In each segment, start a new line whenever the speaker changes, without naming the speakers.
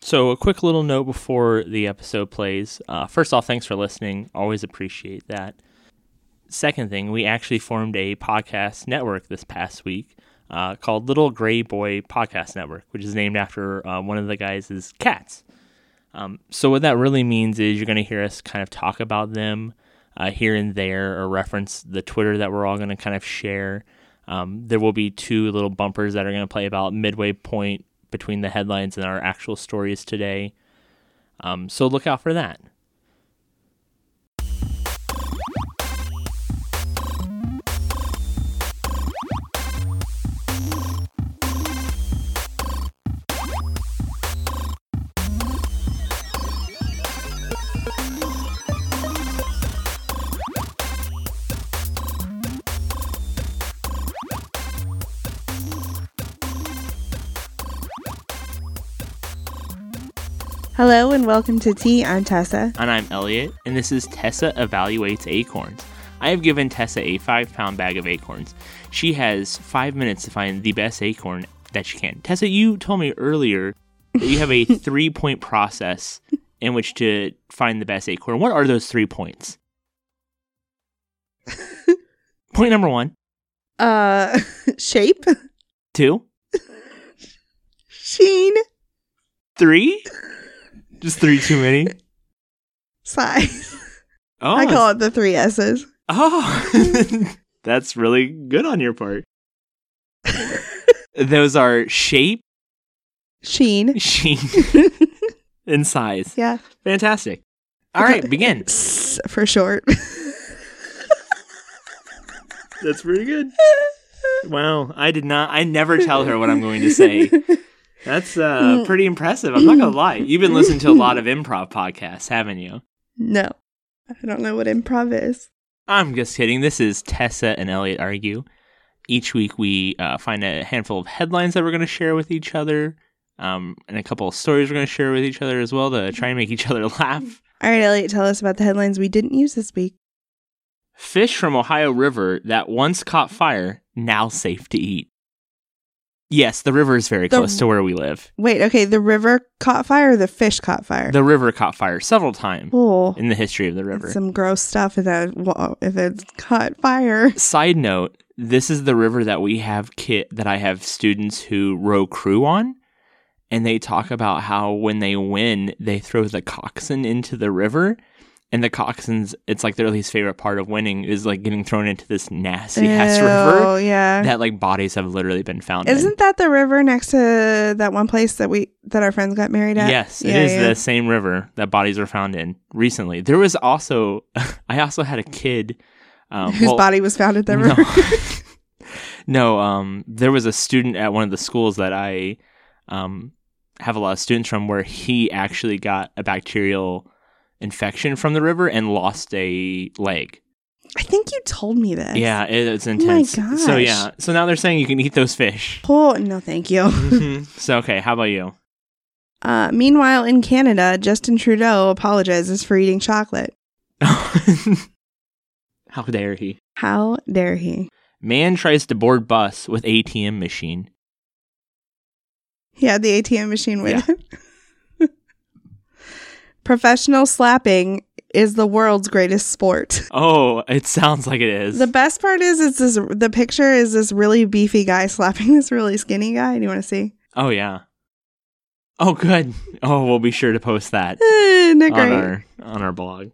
So, a quick little note before the episode plays. Uh, first off, thanks for listening. Always appreciate that. Second thing, we actually formed a podcast network this past week uh, called Little Gray Boy Podcast Network, which is named after uh, one of the guys' cats. Um, so, what that really means is you're going to hear us kind of talk about them uh, here and there or reference the Twitter that we're all going to kind of share. Um, there will be two little bumpers that are going to play about midway point between the headlines and our actual stories today. Um, so look out for that.
Hello and welcome to Tea. I'm Tessa.
And I'm Elliot, and this is Tessa Evaluates Acorns. I have given Tessa a five pound bag of acorns. She has five minutes to find the best acorn that she can. Tessa, you told me earlier that you have a three point process in which to find the best acorn. What are those three points? Point number one,
Uh, shape,
two,
sheen,
three. Just three too many.
size.
Oh,
I call it the three S's.
Oh, that's really good on your part. Those are shape,
Sheen.
sheen, and size.
yeah.
Fantastic. All right, begin.
S for short.
That's pretty good. Wow, I did not. I never tell her what I'm going to say. That's uh, pretty impressive. I'm not gonna lie. You've been listening to a lot of improv podcasts, haven't you?
No. I don't know what improv is.
I'm just kidding. This is Tessa and Elliot Argue. Each week, we uh, find a handful of headlines that we're going to share with each other um, and a couple of stories we're going to share with each other as well to try and make each other laugh.
All right, Elliot, tell us about the headlines we didn't use this week.
Fish from Ohio River that once caught fire, now safe to eat. Yes, the river is very
The-
close to where we live.
Wait, okay, the river caught fire or the fish caught fire?
The river caught fire several times
oh,
in the history of the river.
some gross stuff if, that, well, if it's caught fire.
Side note, this is the river that we have kit that I have students who row crew on and they talk about how when they win, they throw the coxswain into the river and the coxswains it's like their least favorite part of winning is like getting thrown into this nasty ass
Oh,
river
yeah.
that like bodies have literally been found in.
Isn't that the river next to that one place that we that our friends got married at?
Yes,
Yeah,
it is
yeah.
the same river that bodies were found in recently. There was also I also had a kid um,
Whose
well-
body was found at the river?
No. no, um, there was a student at one of the schools that I um, have a lot of students from where he actually got a bacterial infection from the river and lost a leg.
I think you told me this.
Yeah, it, it's intense. So
Oh gosh.
yeah, so now they're saying you can eat those fish.
Pull. Oh, No, thank you.
Mhm. So okay, how about you?
Uh, meanwhile, in Canada, Justin Trudeau apologizes for eating chocolate.
how dare he?
How dare he?
Man tries to board bus with ATM machine.
He had the ATM machine with
Yeah.
him. Professional slapping is the world's greatest sport.
Oh, it sounds like it is.
The best part is, it's this. The picture is this really beefy guy slapping this really skinny guy. Do you want to see?
Oh yeah. Oh good. Oh, we'll be sure to post that
Eh,
on
not great.
our on our blog.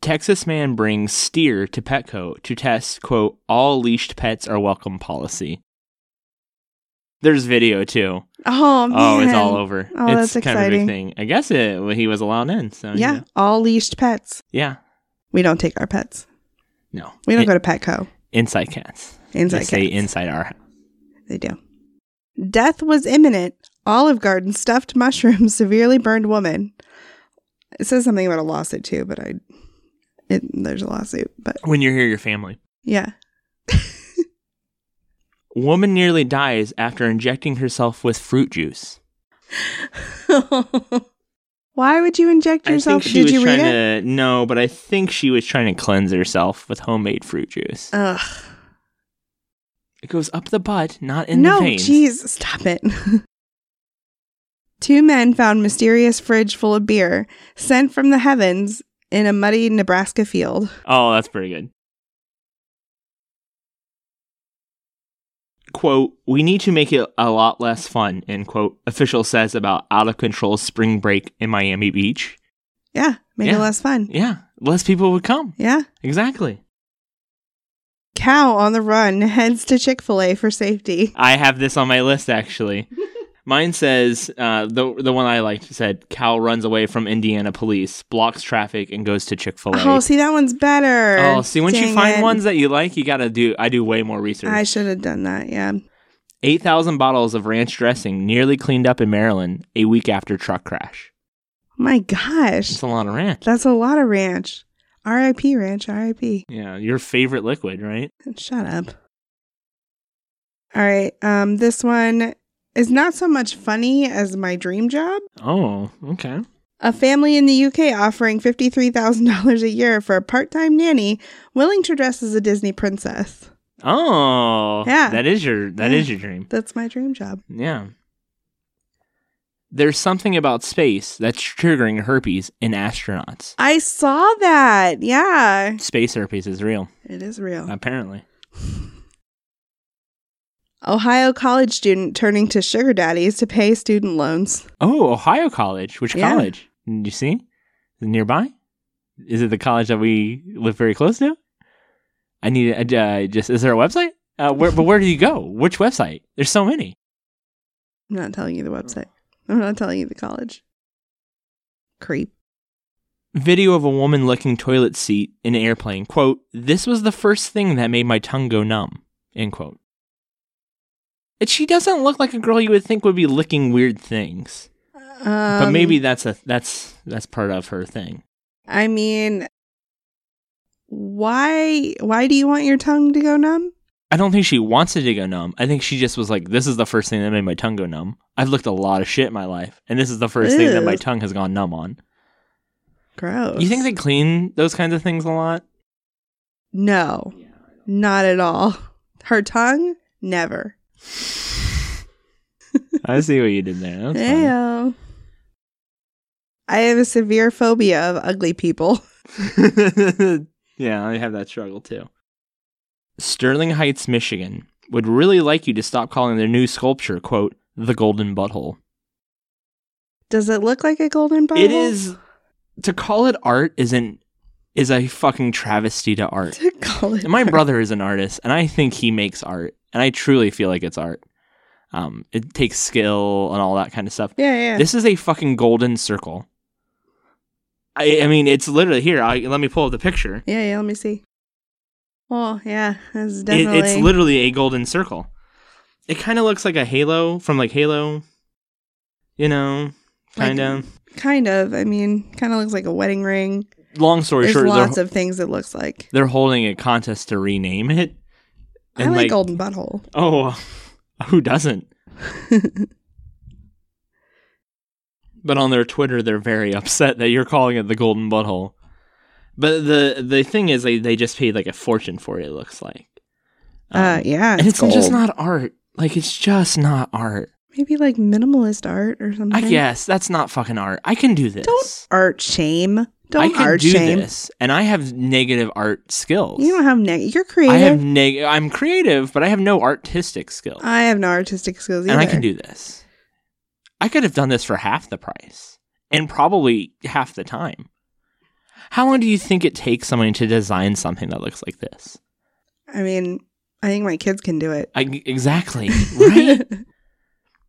Texas man brings steer to Petco to test quote all leashed pets are welcome policy. There's video too.
Oh man!
Oh, it's all over.
Oh,
it's
that's
kind of a
exciting.
big thing. I guess it well, he was allowed in. So
yeah,
yeah.
all leashed pets.
Yeah.
We don't take our pets.
No.
We don't
In-
go to Petco.
inside cats.
Inside
Eh, they
cats.
stay inside our house.
they do. Death was imminent. Olive Garden stuffed mushroom severely burned woman. It says something about a lawsuit too, but I, it, there's a lawsuit, but
when you're here your family.
yeah.
Woman nearly dies after injecting herself with fruit juice.
Why would you inject yourself?
I think she
Did
was
you read
trying
it?
to no, but I think she was trying to cleanse herself with homemade fruit juice.
Ugh.
it goes up the butt, not in
no,
the veins.
jeez, stop it. Two men found mysterious fridge full of beer sent from the heavens in a muddy Nebraska field.
Oh, that's pretty good. Quote, we need to make it a lot less fun, end quote, official says about out of control spring break in Miami Beach.
Yeah, make
Yeah.
it less fun.
Yeah, less people would come.
Yeah.
Exactly.
Cow on the run heads to Chick fil A for safety.
I have this on my list actually. Mine says uh, the the one I liked said Cal runs away from Indiana police, blocks traffic, and goes to Chick Fil A.
Oh, see, that one's better.
Oh, see, once you
Dang
find
it.
ones that you like, you gotta do. I do way more research.
I should have done that. Yeah.
Eight thousand bottles of ranch dressing nearly cleaned up in Maryland a week after truck crash.
My
It's
gosh.
a lot of ranch.
That's a lot of ranch. RIP ranch, RIP.
Yeah, your favorite liquid, right?
Shut up. All right. Um this one is not so much funny as my dream job.
Oh, okay.
A family in the UK offering $53,000 a year for a part-time nanny willing to dress as a Disney princess.
Oh,
Yeah.
That is your that is
Yeah.
your dream.
That's my dream job.
Yeah. There's something about space that's triggering herpes in astronauts.
I saw that. Yeah.
Space herpes is real,
It is real.
apparently.
Ohio college student turning to sugar daddies to pay student loans.
Oh, Ohio College. Which
Yeah.
college? Did you see? Is it nearby? Is it the college that we live very close to? I need uh, just is there a website? Uh, where, but where do you go? Which website? There's so many.
I'm not telling you the website. I'm not telling you the college. Creep.
Video of a woman licking toilet seat in an airplane. Quote, this was the first thing that made my tongue go numb. End quote. And she doesn't look like a girl you would think would be licking weird things.
Um,
but maybe that's a that's that's part of her thing.
I mean, why? Why do you want your tongue to go numb?
I don't think she wants it to go numb. I think she just was like, this is the first thing that made my tongue go numb. I've looked a lot of shit in my life, and this is the first thing that my
Ew.
tongue has gone numb on.
Gross.
You think they clean those kinds of things a lot?
No, not at all. Her tongue, never.
I see what you did there. That's funny.
Ayo. I have a severe phobia of ugly people.
yeah, I have that struggle too. Sterling Heights, Michigan would really like you to stop calling their new sculpture, quote, the golden butthole.
Does it look like a golden bubble?
It is to call it art is an is a fucking travesty to art.
To call it
And my brother is an artist and I think he makes art and I truly feel like it's art. Um it takes skill and all that kind of stuff.
Yeah, yeah.
This is a fucking golden circle. I I mean it's literally here. I, let me pull up the picture.
Yeah, yeah, let me see. Oh, yeah, that's
It,
definitely.
it's literally a golden circle. It kind of looks like a halo from like Halo, you know,
Like-
kind of.
kind of. I mean, kind of looks like a wedding ring.
Long story
mm. There's
short, they're,
lots of things it looks like.
they're holding a contest to rename it.
I like, golden butthole.
Oh, who doesn't? But on their Twitter, they're very upset that you're calling it the Golden Butthole. But the the thing is, they, they just paid like a fortune for it. It looks like. Um,
uh, yeah,
and it's
gold.
just not art. Like it's just not art.
maybe like minimalist art or something.
I guess that's not fucking art. I can do this.
Mm-hmm. Don't art shame.
I
Don't
can
art
do
shame.
this, and I have negative art skills.
You don't have neg. You're
I
creative.
have neg- I'm creative, but I have no artistic skills,
I have no artistic skills either.
and I can do this. I could have done this for half the price, and probably half the time. How long do you think it takes someone to design something that looks like this?
I mean, I think my kids can do it.
I, exactly, right?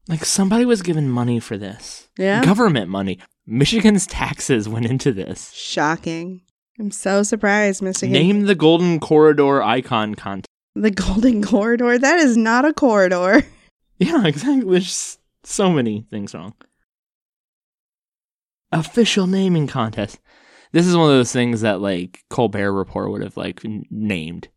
like somebody was given money for this.
yeah.
Government money. Michigan's taxes went into this.
Shocking. I'm so surprised, Michigan.
Name the Golden Corridor icon contest.
the golden corridor. That is not a corridor.
Yeah, exactly. There's so many things wrong. Official naming contest. This is one of those things that like Colbert Report would have like n- named.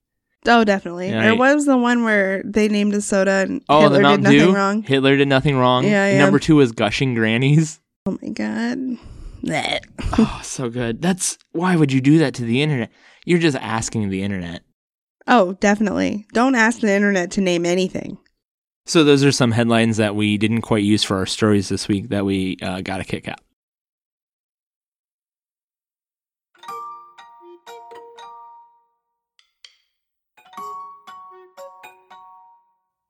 Oh, definitely.
Yeah,
There
right.
was the one where they named a soda and
Oh,
Hitler
the
did
Mountain
nothing
Dew.
wrong.
Hitler did nothing wrong.
Yeah, yeah.
Number two was gushing grannies.
Oh my god. Blech.
oh, so good. That's why would you do that to the internet? You're just asking the internet.
Oh, definitely. Don't ask the internet to name anything.
So those are some headlines that we didn't quite use for our stories this week that we uh, got a kick out.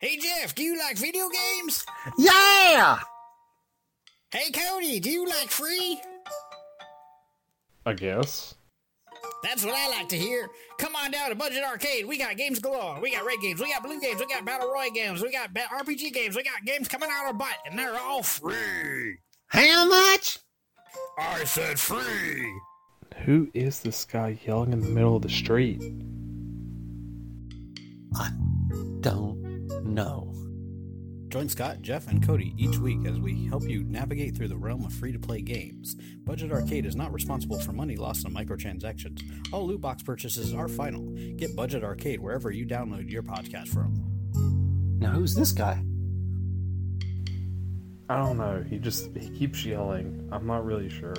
Hey Jeff, do you like video games?
Yeah!
Hey Cody, do you like free?
I guess.
That's what I like to hear. Come on down to Budget Arcade. We got games galore. We got red games. We got blue games. We got battle roy games. We got ba- RPG games. We got games coming out of butt, and they're all free.
How much?
I said free.
Who is this guy yelling in the middle of the street?
Don't know.
Join Scott, Jeff, and Cody each week as we help you navigate through the realm of free to play games. Budget Arcade is not responsible for money lost in microtransactions. All loot box purchases are final. Get Budget Arcade wherever you download your podcast from.
Now who's this guy?
I don't know. He just he keeps yelling. I'm not really sure.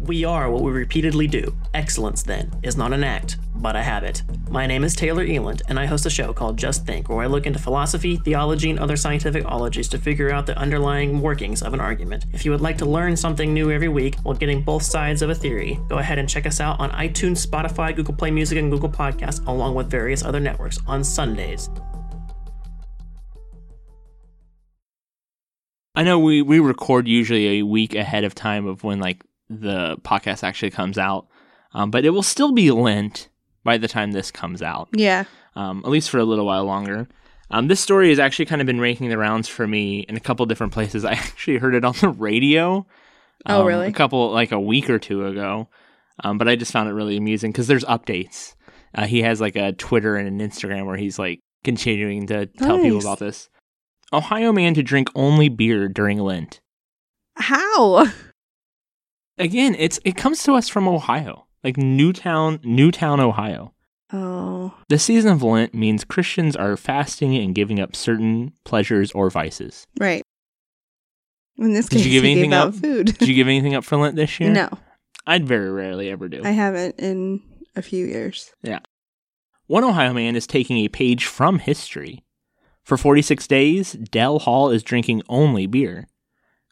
We are what we repeatedly do. Excellence, then, is not an act, but a habit. My name is Taylor Eland, and I host a show called Just Think, where I look into philosophy, theology, and other scientific ologies to figure out the underlying workings of an argument. If you would like to learn something new every week while getting both sides of a theory, go ahead and check us out on iTunes, Spotify, Google Play Music, and Google Podcasts, along with various other networks on Sundays.
I know we we record usually a week ahead of time of when like the podcast actually comes out, um, but it will still be Lent by the time this comes out,
Yeah.
um, at least for a little while longer. Um, this story has actually kind of been making the rounds for me in a couple different places. I actually heard it on the radio.
Oh,
um,
really?
A couple like a week or two ago, um, but I just found it really amusing because there's updates. Uh, he has like a Twitter and an Instagram where he's like continuing to tell people
Nice.
about this. Ohio man to drink only beer during Lent.
How?
again, it's it comes to us from Ohio, like Newtown, Newtown, Ohio.
Oh.
The season of Lent means Christians are fasting and giving up certain pleasures or vices.
Right. In this
Did
case,
you give
he
anything
gave out
up?
food.
Did you give anything up for Lent this year?
No,
I'd very rarely ever do.
I haven't in a few years.
One Ohio man is taking a page from history. For 46 days, Dell Hall is drinking only beer.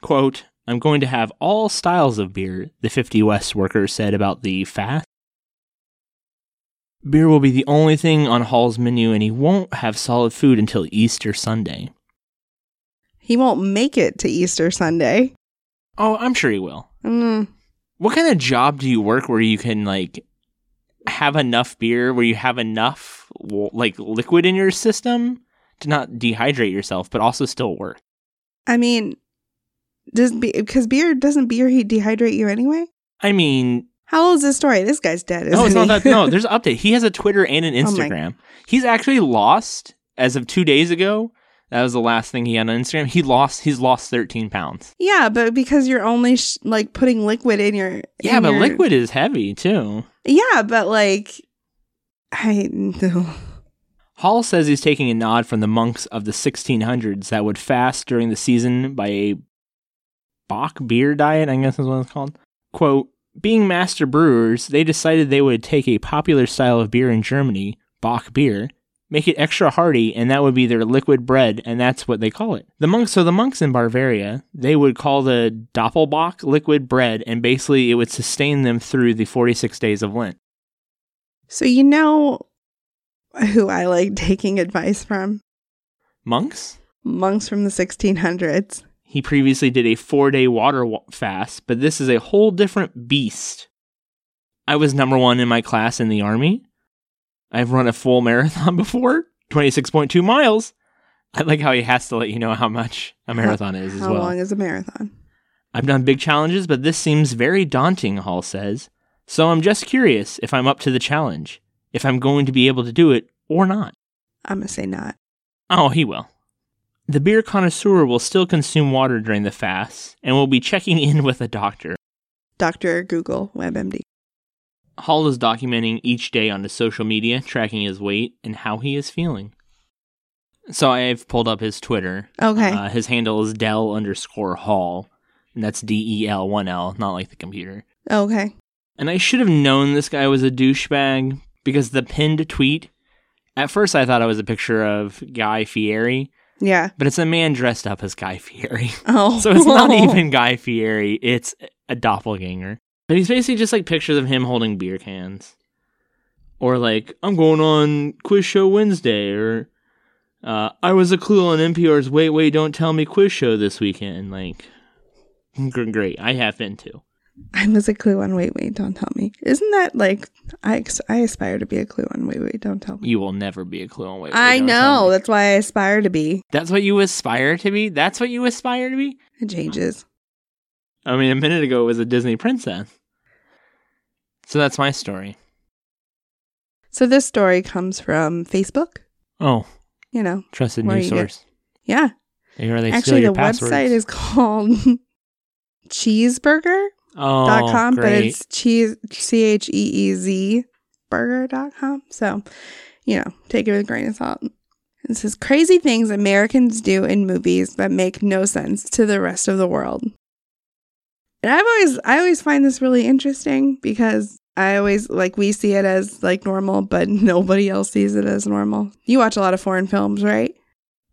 Quote, I'm going to have all styles of beer, the 50 West worker said about the fast. Beer will be the only thing on Hall's menu, and he won't have solid food until Easter Sunday.
He won't make it to Easter Sunday.
Oh, I'm sure he will.
Mm,
What kind of job do you work where you can, like, have enough beer, where you have enough, w- like, liquid in your system to not dehydrate yourself, but also still work?
I mean, does be because beer doesn't beer he dehydrate you anyway?
I mean,
How old is this story? This guy's dead. Isn't
no, it's
he?
not that. No, there's an update. He has a Twitter and an
Oh my-
Instagram. He's actually lost as of two days ago. That was the last thing he had on Instagram. He lost. He's lost 13 pounds.
yeah, but because you're only sh- like putting liquid in your
Yeah,
in
but
your-
liquid is heavy too.
Yeah, but like I no.
Hall says he's taking a nod from the monks of the 1600s that would fast during the season by a Bach beer diet, I guess is what it's called. Quote, being master brewers, they decided they would take a popular style of beer in Germany, Bach beer, make it extra hearty, and that would be their liquid bread, and that's what they call it. The monks, so the monks in Bavaria, they would call the Doppelbock liquid bread, and basically it would sustain them through the 46 days of Lent.
So you know who I like taking advice from?
Monks?
Monks from the 1600s.
He previously did a four day water wa- fast, but this is a whole different beast. I was number one in my class in the Army. I've run a full marathon before, 26.2 miles. I like how he has to let you know how much a marathon is as
How
well.
long is a marathon?
I've done big challenges, but this seems very daunting, Hall says. So I'm just curious if I'm up to the challenge, if I'm going to be able to do it or not.
I'm gonna say not.
Oh, he will. The beer connoisseur will still consume water during the fast and will be checking in with a doctor.
Doctor Google WebMD.
Hall is documenting each day onto social media, tracking his weight and how he is feeling. So I've pulled up his Twitter.
Okay.
Uh, his handle is Dell underscore Hall, and that's D E L one L, not like the computer.
Okay.
And I should have known this guy was a douchebag because the pinned tweet, at first I thought it was a picture of Guy Fieri,
Yeah.
but it's a man dressed up as Guy Fieri.
Oh.
So it's not even Guy Fieri, it's a doppelganger. And he's basically just like pictures of him holding beer cans. Or like, I'm going on quiz show Wednesday, or uh, I was a clue on NPR's Wait, Wait, Don't Tell Me quiz show this weekend. Like, gr- great. I have been to.
I was a clue on Wait Wait Don't Tell Me. Isn't that like I ex- I aspire to be a clue on Wait Wait Don't Tell Me.
You will never be a clue on Wait, Wait,
I
Don't Tell
know.
Me.
That's why I aspire to be.
That's what you aspire to be? That's what you aspire to be?
It changes.
I mean, a minute ago it was a Disney princess. So that's my story.
So this story comes from Facebook.
Oh,
You know.
trusted
Where
news
you get-
source. Hey, Where they steal
Actually,
your
the
passwords.
website is called cheeseburger.com,
oh,
com, but
great.
it's cheese c h e e z burger.com. So, you know, take it with a grain of salt. It says crazy things Americans do in movies that make no sense to the rest of the world. And I've always I always find this really interesting because I always like we see it as like normal, but nobody else sees it as normal. You watch a lot of foreign films, right?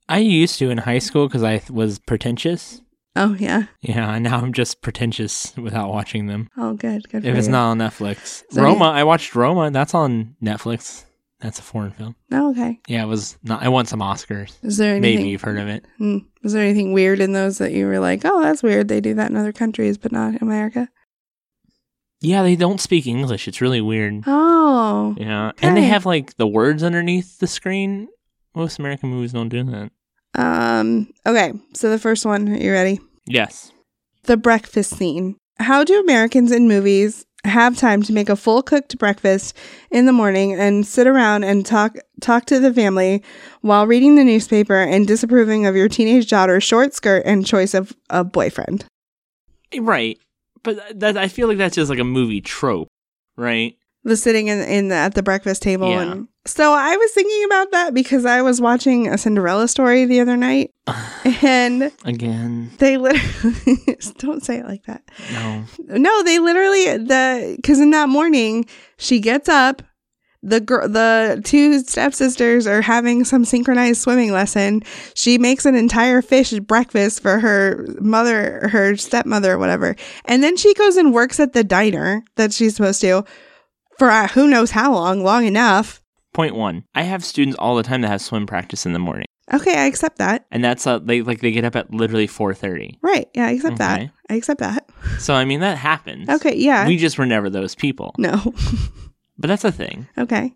I used to in high school because I th- was pretentious.
Oh yeah.
Yeah, and now I'm just pretentious without watching them.
Oh good, good.
If
for
it's
you.
not on Netflix,
So
Roma. I watched Roma. That's on Netflix. That's a foreign film.
Oh, okay.
Yeah, it was not. I won some Oscars.
Is there anything?
Maybe you've heard of it.
Hmm. Is there anything weird in those that you were like, oh, that's weird? They do that in other countries, but not in America.
Yeah, they don't speak English. It's really weird.
Oh,
Yeah, and they
Okay.
have like the words underneath the screen. Most American movies don't do that.
um, okay. So the first one, are you ready?
Yes.
The breakfast scene. How do Americans in movies have time to make a full cooked breakfast in the morning and sit around and talk talk to the family while reading the newspaper and disapproving of your teenage daughter's short skirt and choice of a boyfriend?
Right. But that I feel like that's just like a movie trope, right?
the sitting in, in the, at the breakfast table
Yeah.
and so i was thinking about that because i was watching a cinderella story the other night and
Again.
they literally don't say it like that
No.
no they literally the because in that morning she gets up the girl the two stepsisters are having some synchronized swimming lesson she makes an entire fish breakfast for her mother her stepmother or whatever and then she goes and works at the diner that she's supposed to for uh, who knows how long long enough
Point one. I have students all the time that have swim practice in the morning.
okay i accept that
And that's uh, they like they get up at literally four thirty.
right yeah i accept that
Okay.
i accept that
So I mean that happens.
okay yeah
We just were never those people.
no
But that's a thing.
okay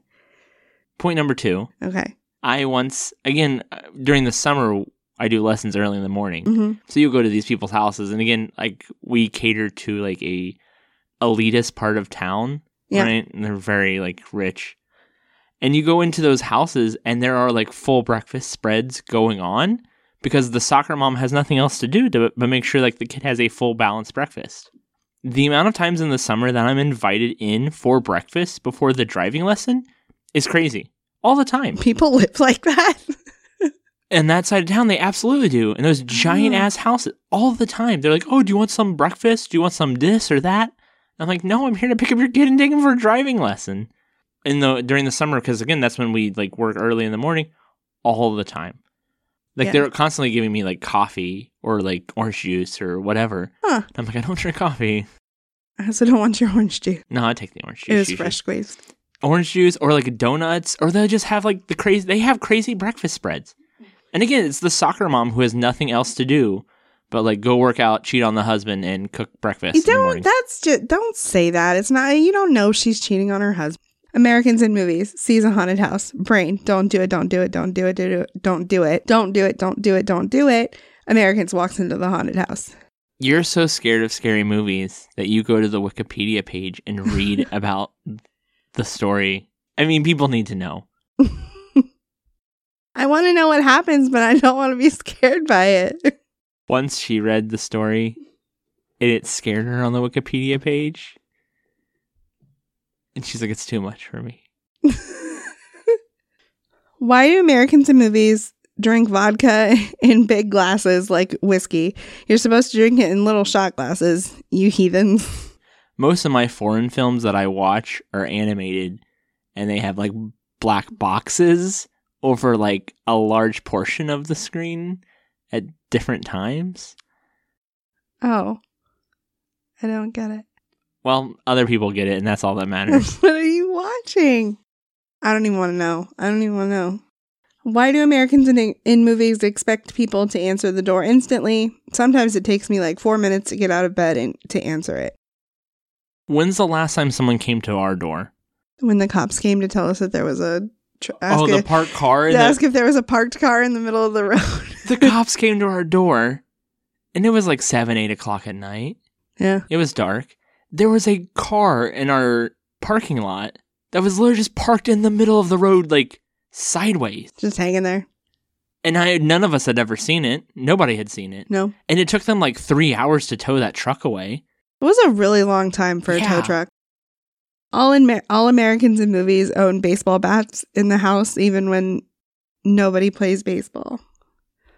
Point number two.
okay
I once again uh, during the summer I do lessons early in the morning.
hmm
So you go to these people's houses, and again, like we cater to like a elitist part of town,
Yeah.
right? And they're very like rich. And you go into those houses, and there are like full breakfast spreads going on because the soccer mom has nothing else to do to, but make sure like the kid has a full balanced breakfast. The amount of times in the summer that I'm invited in for breakfast before the driving lesson is crazy. All the time.
people live like that
And that side of town, they absolutely do. And those
Mm-hmm.
giant ass houses all the time. They're like, oh, do you want some breakfast? Do you want some this or that? I'm like, no, I'm here to pick up your kid and take him for a driving lesson. In the during the summer, because again, that's when we like work early in the morning, all the time. Like
Yeah.
they're constantly giving me like coffee or like orange juice or whatever.
Huh.
And I'm like, I don't drink coffee.
I also don't want your orange juice.
No, I take the orange juice.
It was
usually.
fresh squeezed.
orange juice or like donuts or they'll just have like the crazy they have crazy breakfast spreads and again it's the soccer mom who has nothing else to do but like go work out cheat on the husband and cook breakfast
You
in the
don't.
morning.
That's just. Don't say that. It's not. You don't know she's cheating on her husband. Americans in movies sees a haunted house. Brain. Don't do it. Don't do it. Don't do it. Do it. Don't do it. Don't do it. Don't do it. Don't do it. Americans walks into the haunted house.
you're so scared of scary movies that you go to the wikipedia page and read about the story i mean people need to know
I want to know what happens, but I don't want to be scared by it.
once she read the story and it scared her on the wikipedia page and she's like it's too much for me
Why do Americans in movies drink vodka in big glasses like whiskey? You're supposed to drink it in little shot glasses, you heathens.
most of my foreign films that I watch are animated and they have like black boxes over like a large portion of the screen at different times.
Oh, I don't get it.
Well, other people get it and that's all that matters.
what are you watching? I don't even want to know. I don't even want to know. Why do Americans in, in movies expect people to answer the door instantly? Sometimes it takes me like four minutes to get out of bed and to answer it.
When's the last time someone came to our door?
When the cops came to tell us that there was a tr- ask
oh, the
if-
parked car.
to
and
ask if there was a parked car in the middle of the road.
the, the cops came to our door, and it was like seven, eight o'clock at night.
yeah,
It was dark. There was a car in our parking lot that was literally just parked in the middle of the road, like sideways.
just hanging there.
And I, none of us had ever seen it. Nobody had seen it.
No,
And it took them like three hours to tow that truck away.
It was a really long time for a tow
Yeah.
truck. All in all Americans in movies own baseball bats in the house, even when nobody plays baseball.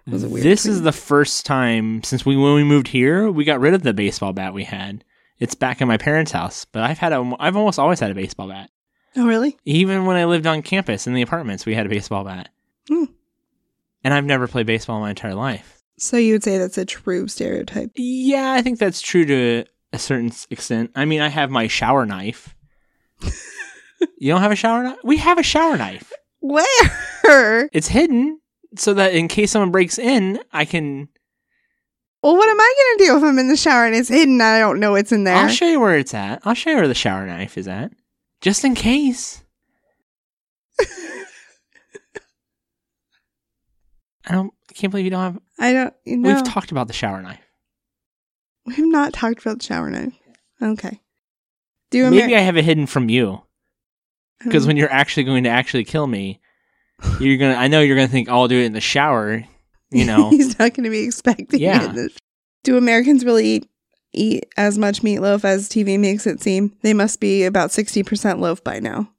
It was a weird
this
thing.
is the first time since we when we moved here, we got rid of the baseball bat we had. It's back in my parents' house, but I've had a, I've almost always had a baseball bat.
Oh, really?
Even when I lived on campus in the apartments, we had a baseball bat.
Hmm.
And I've never played baseball in my entire life.
So you would say that's a true stereotype.
Yeah, I think that's true to a certain s- extent. I mean, I have my shower knife. you don't have a shower knife? We have a shower knife.
Where?
It's hidden so that in case someone breaks in, I can.
Well, what am I going to do if I'm in the shower and it's hidden? and I don't know it's in there.
I'll show you where it's at. I'll show you where the shower knife is at. Just in case. I don't. I can't believe you don't have.
I don't. You know,
We've talked about the shower knife.
we've not talked about the shower knife. Okay. Do you Mm-hmm.
Maybe I have it hidden from you because when you're actually going to actually kill me, you're gonna. I know you're gonna think "Oh, I'll do it in the shower. You know,
he's not going to be expecting
Yeah.
it. Do Americans really eat, eat as much meatloaf as TV makes it seem? They must be about sixty percent loaf by now.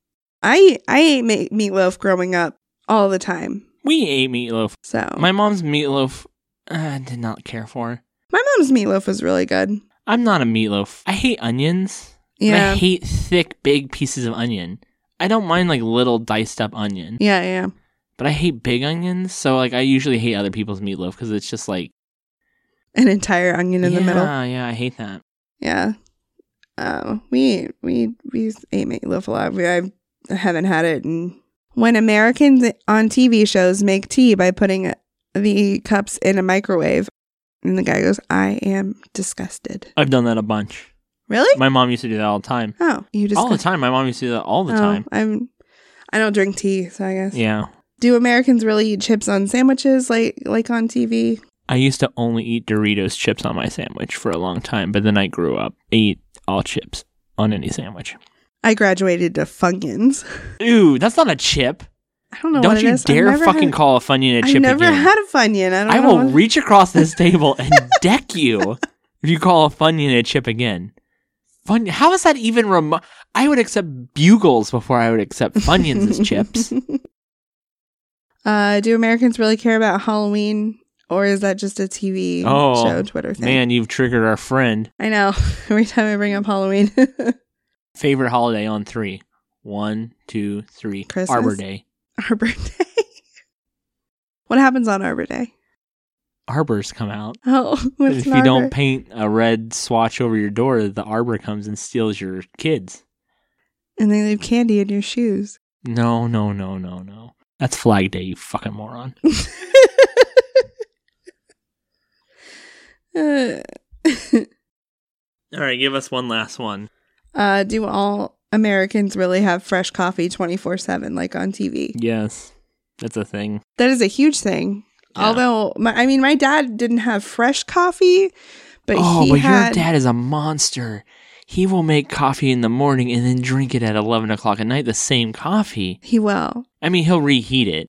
I I ate ma- meatloaf growing up all the time.
we ate meatloaf.
So
My mom's meatloaf. uh, did not care for.
my mom's meatloaf was really good.
I'm not a meatloaf. I hate onions. And
Yeah,
I hate thick, big pieces of onion. I don't mind like little diced up onion,
yeah, yeah.
but I hate big onions. So like, I usually hate other people's meatloaf because it's just like
An entire onion in
yeah,
the middle.
yeah, I hate that.
Yeah. Uh, we we we ate meatloaf a lot. We, I haven't had it. And when Americans on TV shows make tea by putting the cups in a microwave, and the guy goes, "I am disgusted."
I've done that a bunch.
Really?
My mom used to do that all the time.
oh, you disgust-
all the time. My mom used to do that all the
Oh,
time.
I'm. I don't drink tea, so I guess.
Yeah.
Do Americans really eat chips on sandwiches like like on TV?
I used to only eat Doritos chips on my sandwich for a long time, but then I grew up. I eat all chips on any sandwich.
I graduated to Funyuns.
Ooh, that's not a chip.
I don't know.
Don't
what
you
it is. I've
dare
never
fucking
had-
call a Funyun a chip
I've never
again.
had a Funyun. I don't
I
know
will
what-
reach across this table and deck you if you call a Funyun a chip again. Fun? How is that even remote? I would accept bugles before I would accept Funyuns as chips.
Uh, do Americans really care about Halloween, or is that just a TV
Oh,
show Twitter thing?
Man, you've triggered our friend.
I know. Every time I bring up Halloween,
Favorite holiday on three. One, two, three.
Christmas?
Arbor Day.
Arbor Day. what happens on Arbor Day?
Arbors come out.
Oh, what's
if
an
you don't
arbor?
paint a red swatch over your door, the arbor comes and steals your kids.
and they leave candy in your shoes.
No, no, no, no, no. That's Flag Day, you fucking moron.
Uh,
All right, give us one last one.
uh, do all Americans really have fresh coffee twenty four seven like on TV?
Yes, that's a thing.
That is a huge thing.
Yeah.
Although, my, I mean, my dad didn't have fresh coffee, but
oh,
he
but
had.
your dad is a monster. He will make coffee in the morning and then drink it at 11 o'clock at night, the same coffee.
He will
I mean, he'll reheat it.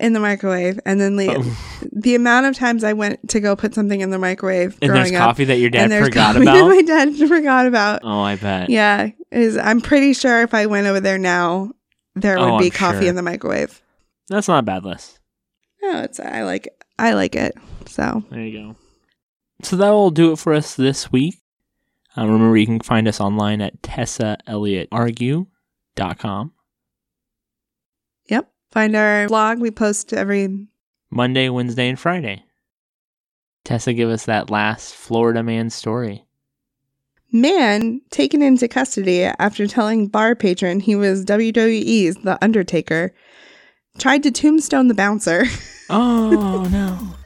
in the microwave, and then leave.
Oh,
The amount of times I went to go put something in the microwave
and there's
growing up,
coffee that your dad
and there's
forgot
coffee that
about.
my dad forgot about.
Oh, I bet.
Yeah, is I'm pretty sure if I went over there now, there
Oh,
would be
I'm
coffee
sure.
in the microwave.
That's not a bad list.
No, it's I like it. I like it. So
There you go. So that'll do it for us this week. Uh, remember, you can find us online at tessaelliotargue.com.
Yep. Find our blog. We post every.
Monday, Wednesday, and Friday. Tessa, give us that last Florida man story.
Man taken into custody after telling bar patron he was WWE's The Undertaker tried to tombstone the bouncer.
Oh, no.